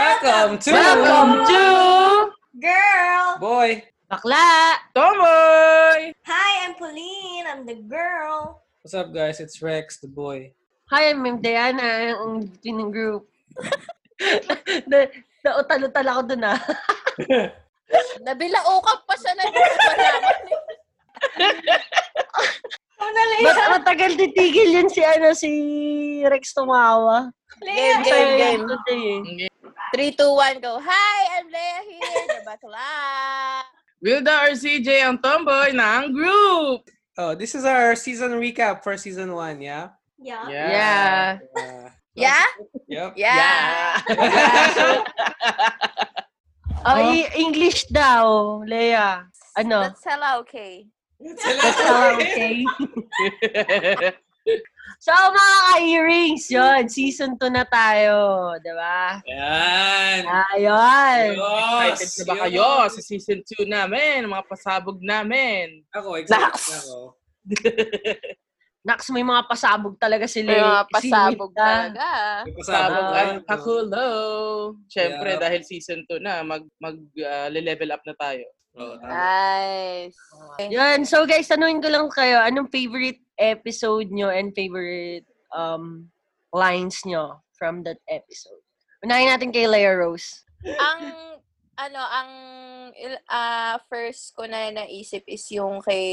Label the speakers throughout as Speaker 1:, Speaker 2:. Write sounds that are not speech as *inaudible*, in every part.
Speaker 1: Welcome to
Speaker 2: Welcome to
Speaker 3: Girl!
Speaker 1: Boy.
Speaker 2: Bakla!
Speaker 4: Tomoy!
Speaker 3: Hi, I'm Pauline. I'm the girl.
Speaker 1: What's up guys? It's Rex, the boy.
Speaker 2: Hi, I'm Ma'am Diana, ang ng group. *laughs* na, nautal-utal ako dun ah.
Speaker 5: Nabilao ka pa siya na nagpapalaman.
Speaker 3: Oh, nalaya.
Speaker 2: Ba't matagal titigil yun si, ano, si Rex tumawa?
Speaker 5: Game, game,
Speaker 2: Masaya
Speaker 5: game.
Speaker 2: yun today, eh.
Speaker 5: 3, 2, 1, go. Hi, I'm Lea here, the bakla.
Speaker 4: Wilda or CJ ang tomboy ng group!
Speaker 1: Oh, this is our season recap for season one, yeah?
Speaker 3: Yeah.
Speaker 2: Yeah.
Speaker 1: Uh,
Speaker 5: Yeah?
Speaker 1: yep.
Speaker 5: Yeah.
Speaker 2: Oh, i- English daw, Lea. Ano?
Speaker 5: That's hella okay.
Speaker 2: Ah, okay.
Speaker 1: *laughs*
Speaker 2: So, mga ka-earrings, yun. Season 2 na tayo. Diba?
Speaker 1: Yan.
Speaker 2: Ayun.
Speaker 1: Yes,
Speaker 4: Excited na ba
Speaker 1: yun.
Speaker 4: kayo sa season 2 namin? Mga pasabog namin?
Speaker 1: Ako, excited
Speaker 2: Nax.
Speaker 1: na ako.
Speaker 2: Nax, may mga pasabog talaga si
Speaker 5: May
Speaker 2: Lea.
Speaker 5: mga
Speaker 2: si
Speaker 5: pasabog
Speaker 2: Wilda.
Speaker 5: talaga.
Speaker 1: May pasabog
Speaker 4: Pasabog
Speaker 1: tayo,
Speaker 4: at
Speaker 1: no?
Speaker 4: kakulo! Siyempre,
Speaker 1: Yeah.
Speaker 4: dahil season 2 na, mag, mag ah, le-level up na tayo.
Speaker 1: Oo, Oh,
Speaker 5: Ah.
Speaker 1: tama.
Speaker 5: Nice.
Speaker 2: Yun. So, guys, tanungin ko lang kayo, anong favorite episode nyo and favorite um lines nyo from that episode? Unahin natin kay Lea Rose.
Speaker 5: Ang, ano, ang il- ah, first ko na naisip is yung kay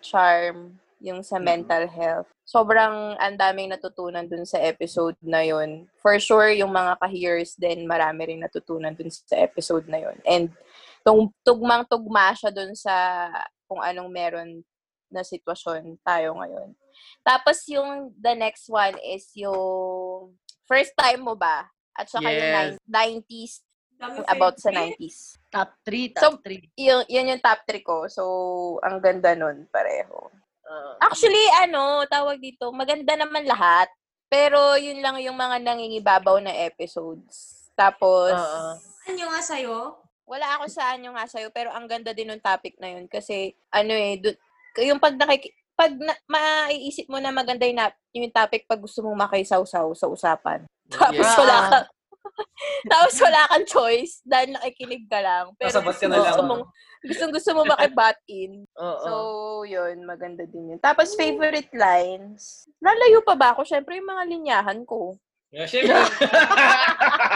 Speaker 5: Charm, yung sa mental health. Sobrang ang daming natutunan dun sa episode na yun. For sure, yung mga ka-hearers din, marami rin natutunan dun sa episode na yun. And tung tugmang-tugma siya dun sa kung anong meron na sitwasyon tayo ngayon. Tapos yung the next one is yung first time mo ba? At saka
Speaker 4: Yes.
Speaker 5: yung nine- 90s
Speaker 3: Dami
Speaker 5: about sa
Speaker 3: favorite.
Speaker 5: 90s.
Speaker 2: Top 3,
Speaker 5: So,
Speaker 2: top 3.
Speaker 5: Yun, yun yung top 3 ko. So, ang ganda nun pareho. ah,
Speaker 2: Uh,
Speaker 5: Actually, ano, tawag dito, maganda naman lahat. Pero yun lang yung mga nangingibabaw na episodes. Tapos,
Speaker 2: Oo.
Speaker 3: Ano nga sa'yo?
Speaker 5: wala ako sa anyo nga sa'yo, pero ang ganda din ng topic na yun. Kasi, ano eh, dun, yung pag nakik- pag na, maiisip mo na maganda yung, nap- yung topic pag gusto mong makisawsaw sa usapan. *laughs* Tapos
Speaker 2: Yes.
Speaker 5: wala
Speaker 2: Ah.
Speaker 5: kang, tapos wala kang choice dahil nakikinig ka lang. Pero
Speaker 1: Kasabat ka
Speaker 5: gusto mo-
Speaker 1: na lang.
Speaker 5: gusto mong, gusto, gusto mo makibat in.
Speaker 2: Oo.
Speaker 5: So, *laughs* yun, maganda din yun. Tapos, favorite lines. Lalayo pa ba ako? Siyempre, yung mga linyahan ko.
Speaker 1: Yeah, syempre. *laughs*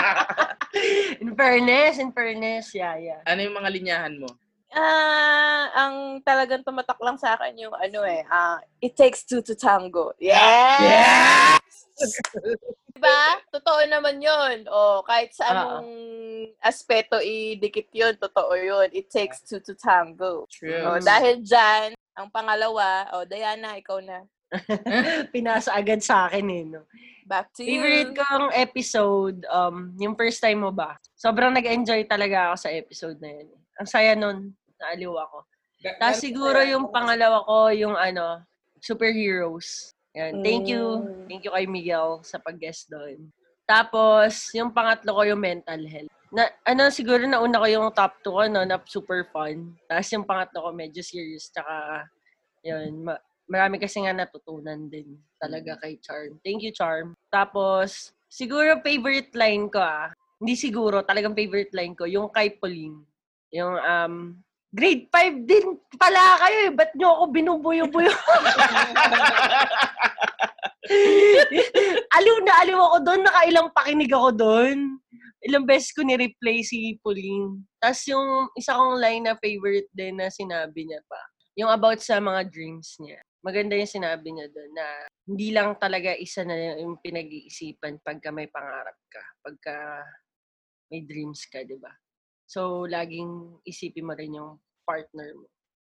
Speaker 2: in fairness, in fairness, yeah, yeah.
Speaker 4: ano yung mga linyahan mo?
Speaker 5: Ah, ang talagang tumatak lang sa akin yung ano eh, ah, it takes two to tango. Yeah! *laughs* Diba? Totoo naman yun. O, kahit sa anong aspeto idikit yun, totoo yun. It takes two to tango.
Speaker 4: True.
Speaker 1: Oh,
Speaker 5: O, dahil dyan, ang pangalawa, o, Diana, ikaw na.
Speaker 2: Pinasa agad sa akin eh, no?
Speaker 5: Back to you.
Speaker 2: Favorite kong episode, um, yung first time mo ba? Sobrang nag-enjoy talaga ako sa episode na yun. eh. Ang saya nun. Naaliw ako. Tapos siguro yung pangalawa ko, yung ano, superheroes. Yan. Thank you.
Speaker 5: Mm.
Speaker 2: Thank you kay Miguel sa pag-guest doon. Tapos, yung pangatlo ko, yung mental health. Na, ano, siguro nauna ko yung top 2 ko, no, na super fun. Tapos yung pangatlo ko, medyo serious. Tsaka, yun, ma- marami kasi nga natutunan din talaga kay Charm. Thank you, Charm. Tapos, siguro favorite line ko ah. Hindi siguro, talagang favorite line ko, yung kay Pauline. Yung, um, grade 5 din pala kayo eh. Ba't nyo ako binubuyo-buyo? *laughs* aliw na aliw ako doon. Nakailang pakinig ako doon. Ilang beses ko ni-replay si Pauline. Tapos yung isa kong line na favorite din na sinabi niya pa. Yung about sa mga dreams niya. Maganda yung sinabi niya doon na hindi lang talaga isa na yung pinag-iisipan pagka may pangarap ka. Pagka may dreams ka, di ba? So, laging isipin mo rin yung partner mo.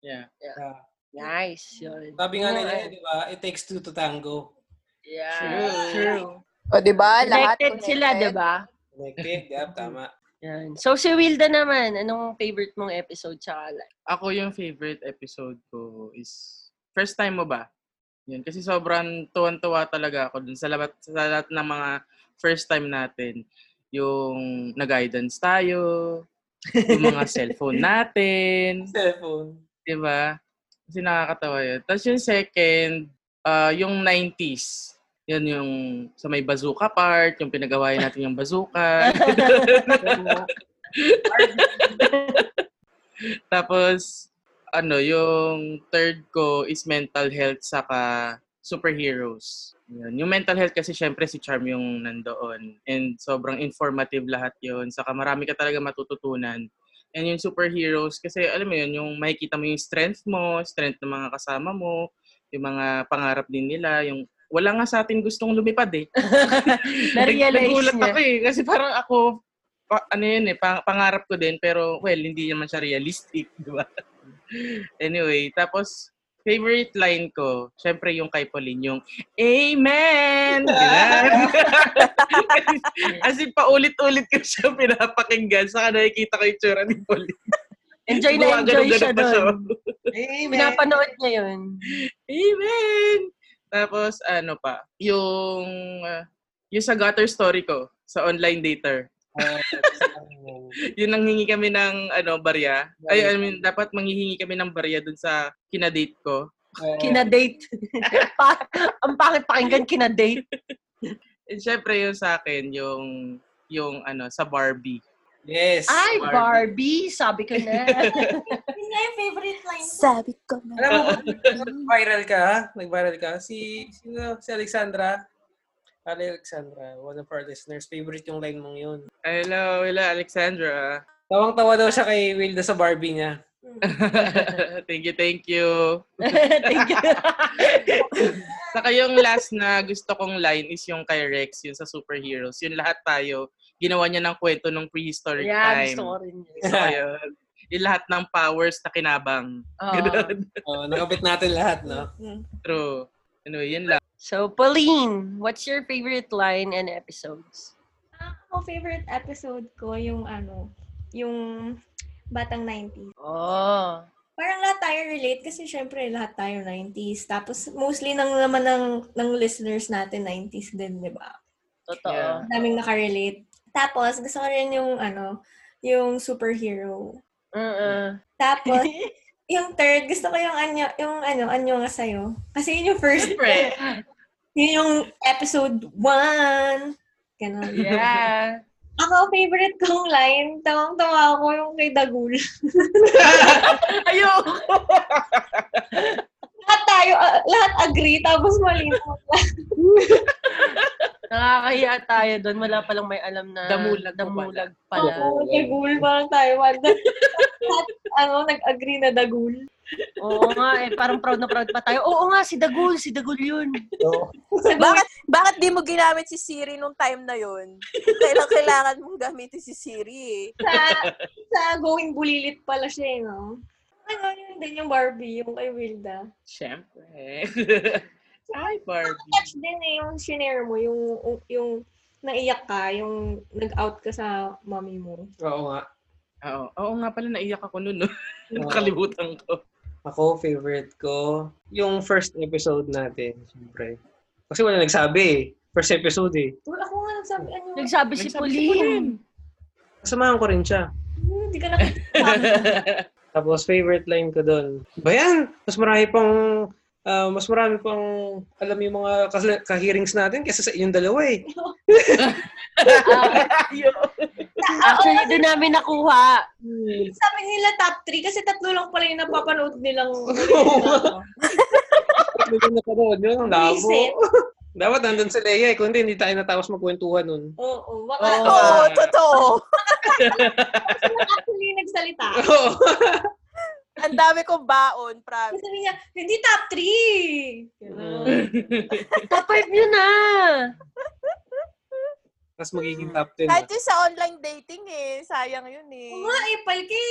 Speaker 4: Yeah.
Speaker 1: Yeah.
Speaker 2: Nice, yun.
Speaker 1: Sabi nga nila, eh,
Speaker 2: Yun.
Speaker 1: di ba? It takes two to tango.
Speaker 2: Yeah.
Speaker 4: True.
Speaker 2: True.
Speaker 5: O, diba? Lahat
Speaker 2: Connected sila, diba? di ba?
Speaker 1: Connected, yeah, tama.
Speaker 2: Yan. So, si Wilda naman, anong favorite mong episode sa like?
Speaker 4: Ako yung favorite episode ko is first time mo ba? Yun, kasi sobrang tuwan-tuwa talaga ako dun sa lahat, sa lahat ng mga first time natin. Yung nag-guidance tayo, yung mga cellphone natin,
Speaker 1: Cellphone.
Speaker 4: di ba? Kasi nakakatawa yun. Tapos yung second, ah, yung 90s. Yan yung sa may bazooka part, yung pinagawain natin yung bazooka. *laughs* Tapos, ano, yung third ko is mental health saka superheroes. Yun. Yung mental health kasi syempre si Charm yung nandoon. And sobrang informative lahat yun. Saka marami ka talaga matututunan. And yung superheroes, kasi alam mo yun, yung makikita mo yung strength mo, strength ng mga kasama mo, yung mga pangarap din nila, yung wala nga sa atin gustong lumipad
Speaker 2: *laughs*
Speaker 4: eh. *laughs*
Speaker 2: Na-realize
Speaker 4: Nagulat
Speaker 2: niya.
Speaker 4: ako eh. Kasi parang ako, pa- ano yun eh, pang- pangarap ko din. Pero, well, hindi naman siya realistic, *laughs* di ba? anyway, tapos, favorite line ko, syempre yung kay Pauline, yung, Amen!
Speaker 2: *laughs*
Speaker 4: Ganun. As in, paulit-ulit ko siya pinapakinggan. Saka nakikita ko yung tsura ni Pauline.
Speaker 2: Enjoy na
Speaker 4: Gumagano-gano
Speaker 2: enjoy siya
Speaker 4: pa
Speaker 2: doon.
Speaker 1: *laughs* Amen.
Speaker 2: Pinapanood niya yun.
Speaker 4: Amen! Tapos, ano pa, yung, uh, yung sa gutter story ko, sa online dater. yun nanghingi kami ng ano barya. Ay, I mean, dapat manghihingi kami ng barya dun sa kinadate ko.
Speaker 2: Kinadate. *laughs* pa- ang pangit pakinggan, kinadate.
Speaker 4: And syempre yun sa akin, yung yung ano, sa Barbie.
Speaker 1: Yes.
Speaker 2: Ay,
Speaker 4: Barbie.
Speaker 2: Barbie. Sabi
Speaker 4: *laughs*
Speaker 2: ko na.
Speaker 3: Yun nga yung favorite line ko.
Speaker 5: Sabi ko na.
Speaker 1: Alam mo ba, nag-viral ka? ha? Nag-viral ka? Si, sino? Si Alexandra? Ali Alexandra, one of our listeners. Favorite yung line mong yun.
Speaker 4: Hello, wala Alexandra.
Speaker 2: *laughs*
Speaker 1: Tawang-tawa daw siya kay Wilda sa Barbie niya.
Speaker 3: Hmm.
Speaker 4: thank you, thank you.
Speaker 2: Thank you.
Speaker 4: Saka yung last na gusto kong line is yung kay Rex, yun sa superheroes. Yun lahat tayo, ginawa niya ng kwento ng prehistoric
Speaker 2: yeah,
Speaker 4: time.
Speaker 2: gusto ko rin
Speaker 4: *laughs*
Speaker 2: yun.
Speaker 4: So, yun. Yung lahat ng powers na kinabang.
Speaker 2: Oo.
Speaker 4: Ganun.
Speaker 1: Oh, nakabit natin lahat, no?
Speaker 3: Mm.
Speaker 4: True. Anyway, yun lang.
Speaker 2: so, Pauline, what's your favorite line and episodes?
Speaker 3: Ako, favorite episode ko yung ano, yung Batang 90s.
Speaker 2: Oh.
Speaker 3: Parang lahat tayo relate kasi syempre lahat tayo 90s. Tapos mostly nang naman ng, ng listeners natin 90s din, di ba?
Speaker 2: Totoo.
Speaker 4: Yeah.
Speaker 3: Daming nakarelate. Tapos gusto ko rin yung ano, yung superhero.
Speaker 2: Uh-uh.
Speaker 3: Tapos yung third, gusto ko yung anyo, yung ano, anyo nga sa'yo. Kasi yun yung
Speaker 4: *laughs*
Speaker 3: first,
Speaker 4: Siyempre,
Speaker 3: yun yung episode one. Ganon.
Speaker 2: *laughs* yeah.
Speaker 3: Ako, favorite kong line, tawang-tawa ako yung kay Dagul.
Speaker 2: Ayoko.
Speaker 3: lahat tayo, ah, lahat agree, tapos malinaw.
Speaker 2: Nakakahiya tayo doon. Wala palang may alam na
Speaker 4: Damulag pa
Speaker 2: damulag
Speaker 3: Oo,
Speaker 2: pala.
Speaker 3: Dagul, parang tayo. Wala. *laughs* lahat, ano, nag-agree na Dagul.
Speaker 2: Oo nga eh. Parang proud na proud pa tayo. Oo nga, si Dagul. Si Dagul yun.
Speaker 5: Bakit, bakit di mo ginamit si Siri nung time na yun? Kailan kailangan mong gamitin si Siri eh.
Speaker 3: Sa, sa going bulilit pala siya, eh, no? Ano, yun din yung Barbie, yung kay Wilda.
Speaker 4: Siyempre. *laughs* Hi, Barbie.
Speaker 3: Touch din eh, yung shinare mo, yung, yung, yung naiyak ka, yung nag-out ka sa mommy mo.
Speaker 1: Oo nga.
Speaker 4: Oo, oo nga pala, naiyak ako nun. No?
Speaker 1: Oo.
Speaker 4: *laughs* Nakalimutan ko.
Speaker 1: Ako, favorite ko, yung first episode natin, siyempre. Kasi wala nagsabi eh. First episode eh.
Speaker 3: Well, ako nga nagsabi, ano,
Speaker 2: Nagsabi si
Speaker 4: Nagsabi si
Speaker 2: Pauline.
Speaker 1: Kasamahan ko rin siya.
Speaker 3: hindi hmm, ka nakikita.
Speaker 1: Tapos favorite line ko doon. Ba yan? Mas marami pang ah, mas marami pang alam yung mga ka- ka-hearings natin kaysa sa inyong dalawa eh.
Speaker 2: Ah. *laughs* Actually, doon namin nakuha.
Speaker 3: Sabi nila top 3 kasi tatlo lang pala yung napapanood nilang
Speaker 1: Ano yung nakaroon yun? Ang labo.
Speaker 3: Reset.
Speaker 1: Dapat nandun si Leia eh. Kung hindi, hindi tayo natapos magkwentuhan nun. *laughs*
Speaker 3: Oo,
Speaker 5: Oo,
Speaker 3: baka
Speaker 1: Oo.
Speaker 5: totoo.
Speaker 3: sila actually nagsalita.
Speaker 1: Oo.
Speaker 5: Ang dami kong baon,
Speaker 3: Tapos
Speaker 5: promise.
Speaker 3: Sabi niya, hindi top 3! Ganun.
Speaker 2: Top 5 yun ah.
Speaker 1: Tapos magiging top 10.
Speaker 5: Kahit
Speaker 1: ah.
Speaker 5: yung sa online dating eh, sayang yun eh.
Speaker 3: Oo nga eh, palki!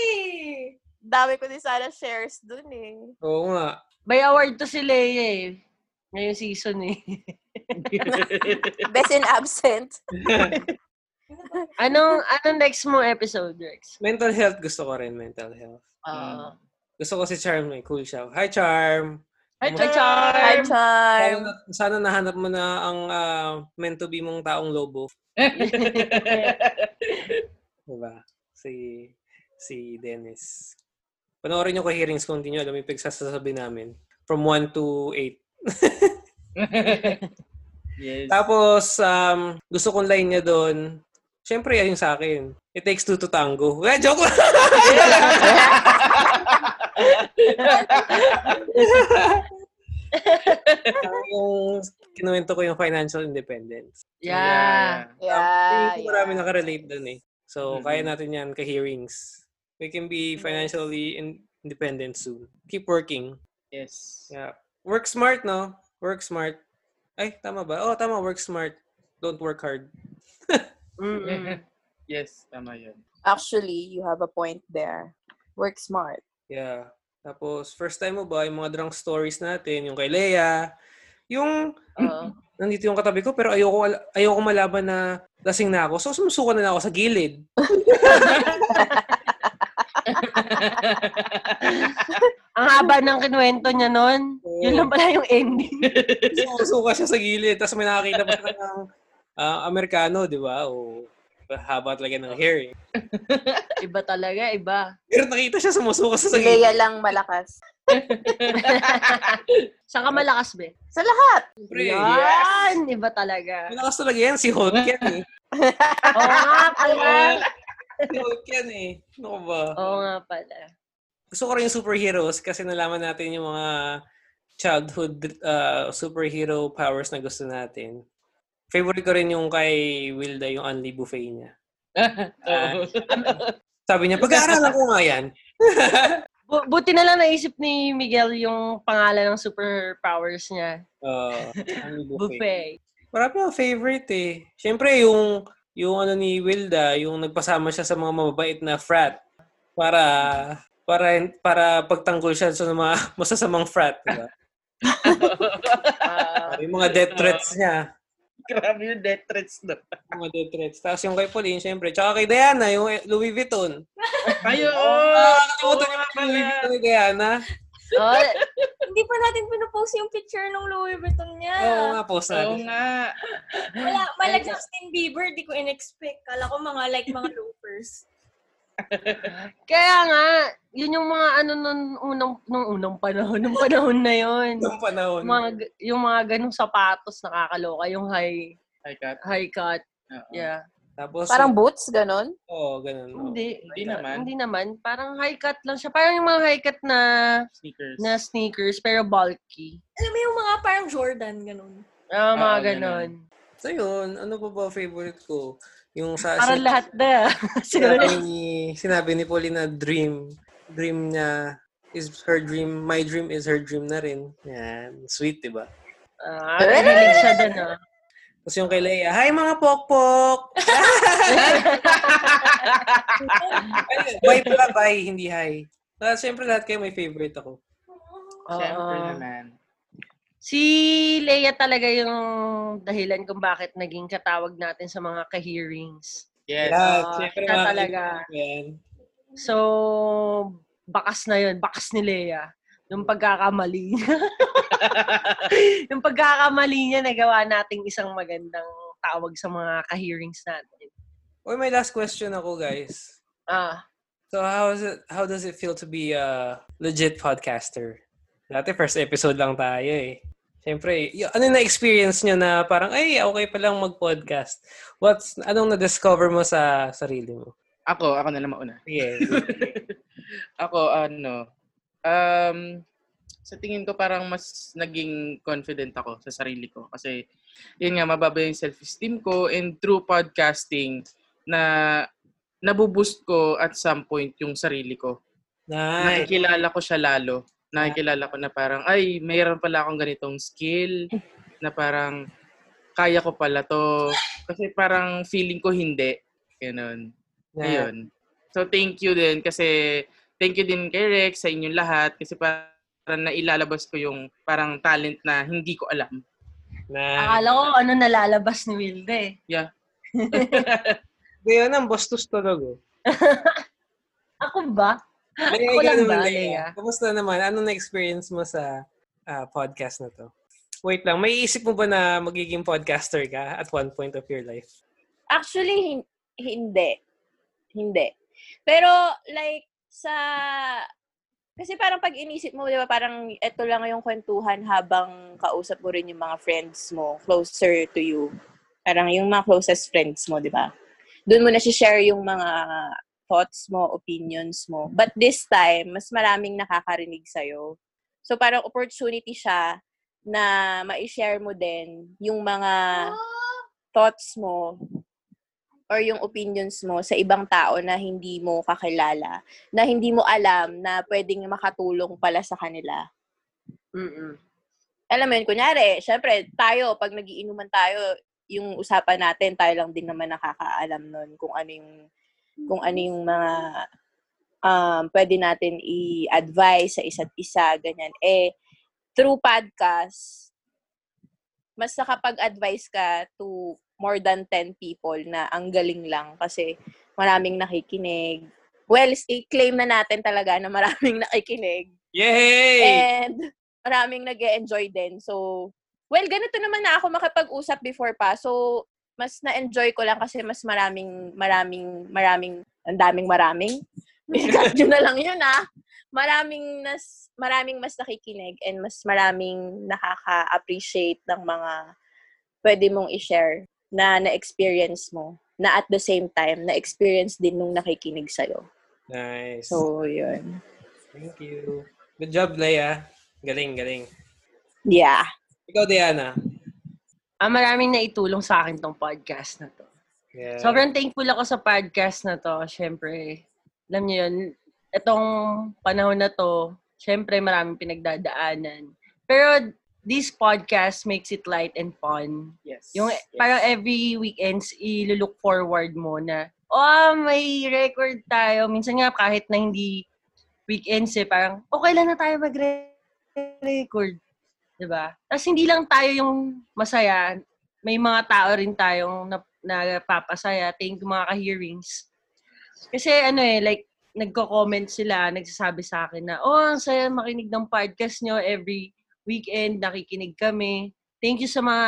Speaker 5: Dami ko din sana shares dun eh.
Speaker 1: Oo nga.
Speaker 2: May award to si Leia eh. Ngayong season eh. *laughs*
Speaker 5: Best in absent.
Speaker 2: Anong, anong next mo episode, Rex?
Speaker 1: Mental health gusto ko rin, mental health.
Speaker 2: Ah.
Speaker 1: Gusto ko si Charm eh. Cool siya. Hi, Charm!
Speaker 4: Hi,
Speaker 1: Hi,
Speaker 5: Hi,
Speaker 4: Charm!
Speaker 1: Sana,
Speaker 5: Charm.
Speaker 1: na- sana nahanap mo na ang ah, meant to be mong taong lobo. Diba? Si, si Dennis. Panoorin nyo ko hearings kung hindi nyo alam yung pinagsasasabi namin. From 1 to 8.
Speaker 4: *laughs* Yes.
Speaker 1: Tapos, um, gusto kong line niya doon, syempre, ayun sa akin. It takes two to tango. *laughs* Eh, joke lang!
Speaker 4: *laughs*
Speaker 1: yung kinuwento ko yung financial independence.
Speaker 2: yeah.
Speaker 5: Yeah.
Speaker 1: Feeling ko marami
Speaker 5: Ah, yeah.
Speaker 1: nakarelate doon eh. So,
Speaker 4: Mhm.
Speaker 1: kaya natin yan ka-hearings. We can be financially in- independent soon. Keep working.
Speaker 4: Yes.
Speaker 1: Yeah. Work smart, no? Work smart. Ay, tama ba? Oh, tama. Work smart. Don't work hard.
Speaker 4: Mm.
Speaker 2: Mm-mm.
Speaker 4: yes, tama yun.
Speaker 5: Actually, you have a point there. Work smart.
Speaker 1: Yeah. Tapos, first time mo ba, yung mga drunk stories natin, yung kay Lea, yung
Speaker 2: Oo.
Speaker 1: *clears throat* nandito yung katabi ko, pero ayoko, al- ayoko malaban na lasing na ako. So, sumusuka na lang ako sa gilid.
Speaker 2: Ang haba ng kinuwento niya noon.
Speaker 1: Oo.
Speaker 2: Yun lang pala yung ending.
Speaker 1: Sumusuka siya sa gilid. Tapos may nakakita pa siya ng ah, Amerikano, di ba? O haba talaga ng hair. eh.
Speaker 2: *laughs* Iba talaga, iba.
Speaker 1: Pero nakita siya sumusuka siya sa
Speaker 5: Si
Speaker 1: gilid.
Speaker 5: Leia lang malakas.
Speaker 2: Saan ka malakas, be?
Speaker 5: Sa lahat!
Speaker 1: Siyempre,
Speaker 2: Yan! Iba
Speaker 4: *laughs*
Speaker 2: talaga.
Speaker 1: Malakas talaga yan. Si Hulk yan eh.
Speaker 2: Oo nga
Speaker 4: *laughs*
Speaker 2: pala.
Speaker 4: Ah.
Speaker 1: Si Hulk yan eh. Ano ka ba?
Speaker 2: Oo nga pala.
Speaker 1: gusto ko rin yung superheroes kasi nalaman natin yung mga childhood uh, superhero powers na gusto natin. Favorite ko rin yung kay Wilda, yung Unli Buffet niya.
Speaker 4: Oo. *laughs*
Speaker 1: Sabi niya, pag-aaralan ko nga yan.
Speaker 2: Bu- buti na lang naisip ni Miguel yung pangalan ng superpowers niya.
Speaker 1: Uh, Unli Buffet.
Speaker 2: Buffet.
Speaker 1: Marami ang favorite eh. Siyempre, yung, yung ano ni Wilda, yung nagpasama siya sa mga mababait na frat para para para pagtanggol siya sa mga *laughs* masasamang frat, di ba?
Speaker 2: Ah,
Speaker 1: Yung mga death threats niya.
Speaker 4: Grabe yung death threats na.
Speaker 1: mga death threats. Tapos yung kay Pauline, syempre. Tsaka kay Diana, yung Louis Vuitton.
Speaker 4: Kayo!
Speaker 1: Nakakalimutan niyo yung Louis Vuitton ni Diana.
Speaker 2: oh,
Speaker 3: Hindi pa natin pinupost yung picture ng Louis Vuitton
Speaker 2: Ah,
Speaker 3: niya.
Speaker 1: Oo nga po,
Speaker 4: Oo
Speaker 1: sabi.
Speaker 4: nga.
Speaker 3: Wala, mala Justin Bieber, di ko in-expect. Kala ko mga like mga *laughs* loafers.
Speaker 2: kaya nga, yun yung mga ano nung unang, nung unang panahon, nung panahon na yun.
Speaker 1: Nung panahon.
Speaker 2: Mga, g- yung mga ganong sapatos nakakaloka, yung high,
Speaker 4: Ay, Kat.
Speaker 2: high cut.
Speaker 4: Oo.
Speaker 2: Yeah.
Speaker 1: Tapos,
Speaker 5: Parang boots, ganun.
Speaker 1: oo, ganun. oo.
Speaker 2: Hindi.
Speaker 4: Hindi naman.
Speaker 2: Hindi naman. Parang high cut lang siya. Parang yung mga high cut na
Speaker 4: Sneakers.
Speaker 2: na sneakers pero bulky.
Speaker 3: Alam mo yung mga parang Jordan, ganun.
Speaker 2: Ah, mga
Speaker 4: Ah, ganun.
Speaker 2: ganon.
Speaker 1: So yun, ano pa ba favorite ko? Yung sa...
Speaker 2: Parang
Speaker 1: sin-
Speaker 2: lahat na.
Speaker 1: *laughs*
Speaker 2: *laughs*
Speaker 1: sinabi
Speaker 2: Sure.
Speaker 1: ni, sinabi ni Pauline na dream. Dream niya is her dream. My dream is her dream na rin. Yan. Sweet, di ba?
Speaker 2: Ah, kinilig siya dun, ah.
Speaker 1: Tapos yung kay Leia, Hi mga pokpok! *laughs* Ayun, bye pala, bye, hindi hi. Uh, Siyempre lahat kayo may favorite ako.
Speaker 4: Siyempre
Speaker 2: Oo.
Speaker 4: naman.
Speaker 2: *laughs* Si Leia talaga yung dahilan kung bakit naging katawag natin sa mga ka-hearings.
Speaker 4: Yes.
Speaker 1: Yeah,
Speaker 2: Ah,
Speaker 1: siyempre
Speaker 2: siya
Speaker 1: mga
Speaker 2: talaga.
Speaker 1: kaibigan ko yan.
Speaker 2: So, bakas na yun. Bakas ni Leia. Yung pagkakamali niya. *laughs* yung pagkakamali niya, nagawa nating isang magandang tawag sa mga ka-hearings natin.
Speaker 1: Uy, may last question ako, guys.
Speaker 2: Ah,
Speaker 1: So, how is it, how does it feel to be a legit podcaster? Dati, first episode lang tayo eh. Siyempre, y- ano na experience nyo na parang, ay, okay palang mag-podcast? What's, anong na-discover mo sa sarili mo?
Speaker 4: *laughs* Ako, ako na lang mauna.
Speaker 1: Yeah.
Speaker 2: *laughs*
Speaker 4: Ako, ano, um, sa tingin ko parang mas naging confident ako sa sarili ko. Kasi, yun nga, mababa yung self-esteem ko and through podcasting na nabuboost ko at some point yung sarili ko.
Speaker 1: nice.
Speaker 4: Nakikilala ko siya lalo. Nakikilala ko na parang, ay, mayroon pala akong ganitong skill na parang kaya ko pala to. Kasi parang feeling ko hindi. Ganun.
Speaker 1: Yeah.
Speaker 4: Ayun. So, thank you din kasi thank you din kay Rex, sa inyong lahat kasi parang nailalabas ko yung parang talent na hindi ko alam.
Speaker 1: Nice.
Speaker 2: akala ko ano nalalabas ni Wilde. eh.
Speaker 1: Ngayon, ang bastos talaga.
Speaker 2: Ako ba?
Speaker 1: Leia,
Speaker 2: Ah, Ako lang
Speaker 1: ikaw naman,
Speaker 2: ba,
Speaker 1: Leia?
Speaker 2: Leia?
Speaker 1: eh. Kamusta naman? Anong na-experience mo sa ah, podcast na to? Wait lang, may isip mo ba na magiging podcaster ka at one point of your life?
Speaker 5: Actually, hin- hindi. Hindi. Pero, like, sa Kasi parang pag inisip mo, di ba, parang eto lang yung kwentuhan habang kausap mo rin yung mga friends mo, closer to you. Parang yung mga closest friends mo, di ba? Doon mo na share yung mga thoughts mo, opinions mo. But this time, mas maraming nakakarinig sa'yo. So parang opportunity siya na ma-share mo din yung mga
Speaker 3: Ah.
Speaker 5: thoughts mo or yung opinions mo sa ibang tao na hindi mo kakilala, na hindi mo alam na pwedeng makatulong pala sa kanila.
Speaker 2: Mm-mm.
Speaker 5: Alam mo yun, kunyari, syempre, tayo, pag nagiinuman tayo, yung usapan natin, tayo lang din naman nakakaalam nun kung ano yung, kung ano yung mga um, pwede natin i-advise sa isa't isa, ganyan. Eh, through podcast, mas nakapag-advise ka to more than 10 people na ang galing lang kasi maraming nakikinig. Well, s- i-claim na natin talaga na maraming *laughs* nakikinig.
Speaker 2: Eh.
Speaker 1: Yay!
Speaker 5: And maraming nag enjoy din. So, well, ganito naman na ako makapag-usap before pa. So, mas na-enjoy ko lang kasi mas maraming, maraming, maraming, ang daming maraming. *laughs* Yun na lang yun ah. Maraming, nas, maraming mas nakikinig and mas maraming nakaka-appreciate ng mga pwede mong i-share na na-experience mo na at the same time, na-experience din nung nakikinig sa'yo.
Speaker 1: nice.
Speaker 5: So, yun.
Speaker 1: Thank you. Good job, Leia. Galing, galing.
Speaker 5: Yeah.
Speaker 1: Ikaw, Diana.
Speaker 2: Ah, maraming naitulong sa akin tong podcast na to.
Speaker 1: Yeah.
Speaker 2: Sobrang thankful ako sa podcast na to. Siyempre, alam niyo yun, itong panahon na to, siyempre maraming pinagdadaanan. Pero this podcast makes it light and fun.
Speaker 4: Yes.
Speaker 2: Yung
Speaker 4: yes.
Speaker 2: parang every weekends, i-look forward mo na, oh, may record tayo. Minsan nga kahit na hindi weekends eh, parang okay lang na tayo mag-record. 'Di ba? Tapos hindi lang tayo yung masaya, may mga tao rin tayong nap- napapasaya. Thank you mga ka-hearings. Kasi ano eh, like, nagko-comment sila, nagsasabi sa akin na, oh, ang saya makinig ng podcast nyo every weekend, nakikinig kami. Thank you sa mga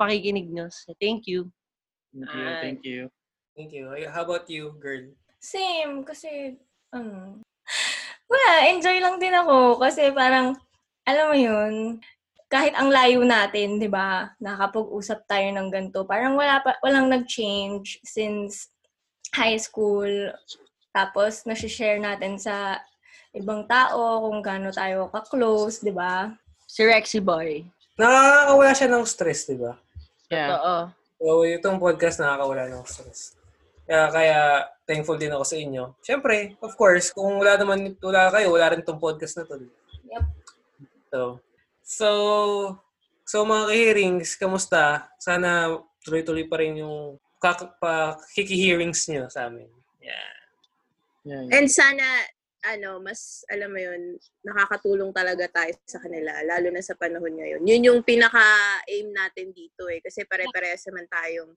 Speaker 2: pakikinig nyo. So, Thank you.
Speaker 4: Thank you, thank you.
Speaker 1: Thank you. Ay, How about you, girl?
Speaker 3: Same, kasi, um, wala, enjoy lang din ako. Kasi parang, alam mo yun, kahit ang layo natin, di ba, nakapag-usap tayo ng ganito, parang wala pa, walang nag-change since high school. Tapos, nasi-share natin sa ibang tao kung gaano tayo ka-close, di ba?
Speaker 2: Si Rexy Boy.
Speaker 1: Nakakawala siya ng stress, di ba?
Speaker 4: Yeah.
Speaker 2: Oo.
Speaker 1: So, itong podcast nakakawala ng stress. Kaya, kaya thankful din ako sa inyo. Siyempre, of course, kung wala naman wala kayo, wala rin itong podcast na to.
Speaker 3: Yep.
Speaker 1: So, so, so mga hearings kamusta? Sana tuloy-tuloy pa rin yung kak- pa- kiki-hearings nyo sa amin. Yeah.
Speaker 4: yeah, yeah.
Speaker 5: And sana, ano, mas, alam mo yun, nakakatulong talaga tayo sa kanila, lalo na sa panahon ngayon. Yun yung pinaka-aim natin dito eh, kasi pare-parehas naman tayong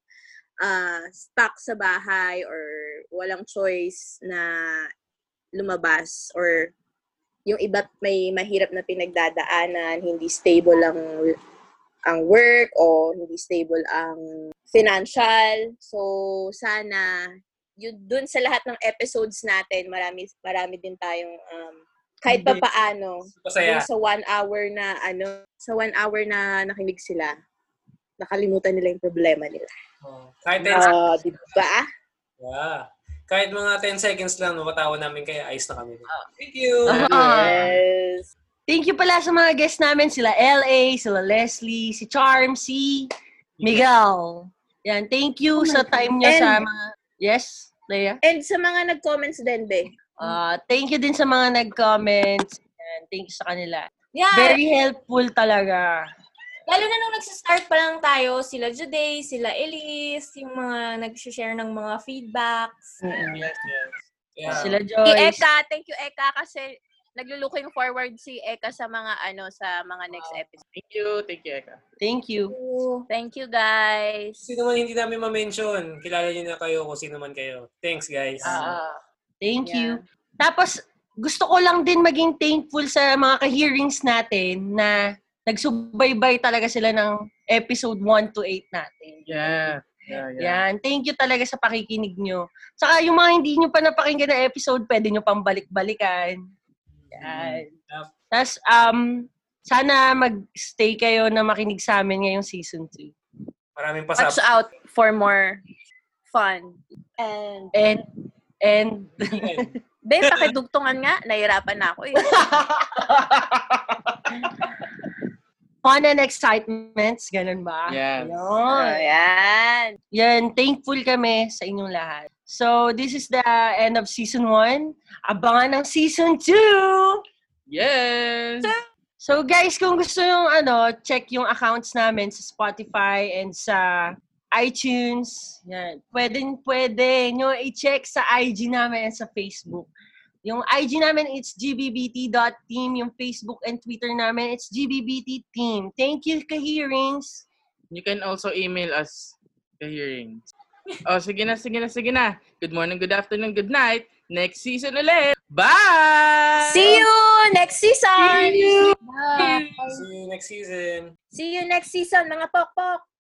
Speaker 5: ah, stuck sa bahay or walang choice na lumabas or yung iba may mahirap na pinagdadaanan, hindi stable ang ang work o hindi stable ang financial. So, sana yun dun sa lahat ng episodes natin, marami marami din tayong um, kahit pa paano
Speaker 1: Masaya.
Speaker 5: yung sa one hour na ano, sa one hour na nakinig sila, nakalimutan nila yung problema nila.
Speaker 1: Oh. Kahit 10 seconds.
Speaker 5: Ah, di ba?
Speaker 1: Yeah. Kahit mga 10 seconds lang, mapatawa namin kaya ayos na kami. Thank you!
Speaker 2: Ah.
Speaker 5: Yes.
Speaker 2: Thank you pala sa mga guests namin, sila LA, sila Leslie, si Charm, si Miguel. Yan, thank you
Speaker 5: Oh my
Speaker 2: sa time nyo sa
Speaker 5: And-
Speaker 2: mga... Yes, Leia?
Speaker 5: And sa mga nag-comments din, be.
Speaker 2: Ah, thank you din sa mga nag-comments. Yan, thank you sa kanila.
Speaker 3: Yeah,
Speaker 2: Very helpful talaga.
Speaker 3: Lalo na nung nagsistart pa lang tayo, sila Juday, sila Elise, yung mga nag-share ng mga feedbacks.
Speaker 1: Yes, yes. Yeah.
Speaker 2: Sila
Speaker 5: Si
Speaker 2: Joyce.
Speaker 5: Eka, thank you Eka kasi naglo-looking forward si Eka sa mga ano sa mga next episode.
Speaker 4: Thank you, thank you, Eka.
Speaker 2: Thank you.
Speaker 3: Oo.
Speaker 5: Thank you guys.
Speaker 1: Sino man hindi namin ma-mention, kilala niyo na kayo kung sino man kayo. Thanks, guys.
Speaker 5: Ah,
Speaker 2: Thank
Speaker 5: Yeah.
Speaker 2: you. Tapos, gusto ko lang din maging thankful sa mga ka-hearings natin na nagsubaybay talaga sila ng episode 1 to 8 natin.
Speaker 4: Yeah. Yeah, yeah.
Speaker 2: Yan. Thank you talaga sa pakikinig nyo. Saka yung mga hindi nyo pa napakinggan na episode, pwede nyo pang balik-balikan. Yan.
Speaker 4: Mm,
Speaker 1: Yup.
Speaker 2: Tapos, um, sana mag-stay kayo na makinig sa amin ngayong season 2.
Speaker 1: Maraming
Speaker 5: Watch
Speaker 1: pasap. *laughs*
Speaker 5: out for more fun. And,
Speaker 2: And, and,
Speaker 5: *laughs* babe, pakidugtungan
Speaker 1: *laughs*
Speaker 5: nga. Nahirapan na ako eh.
Speaker 2: fun and excitements, ganun
Speaker 4: *laughs*
Speaker 2: ba?
Speaker 4: Yes.
Speaker 5: Oh,
Speaker 2: Yun.
Speaker 5: yan.
Speaker 2: Yan, thankful kami sa inyong lahat. So, this is the end of season 1. Abangan ng season 2!
Speaker 4: Yes!
Speaker 2: So guys, kung gusto yung ano, check yung accounts namin sa Spotify and sa iTunes. Yan. Pwede, pwede nyo i-check sa IG namin and sa Facebook. Yung IG namin, it's gbbt.team. Yung Facebook and Twitter namin, it's gbbt team. Thank you, Kahearings.
Speaker 4: You can also email us the hearings. Oh, sige na, sige na, sige na. Good morning, good afternoon, good night. Next season ulit. Bye!
Speaker 5: See you next season!
Speaker 1: See you next season.
Speaker 5: See you next season, mga pokpok!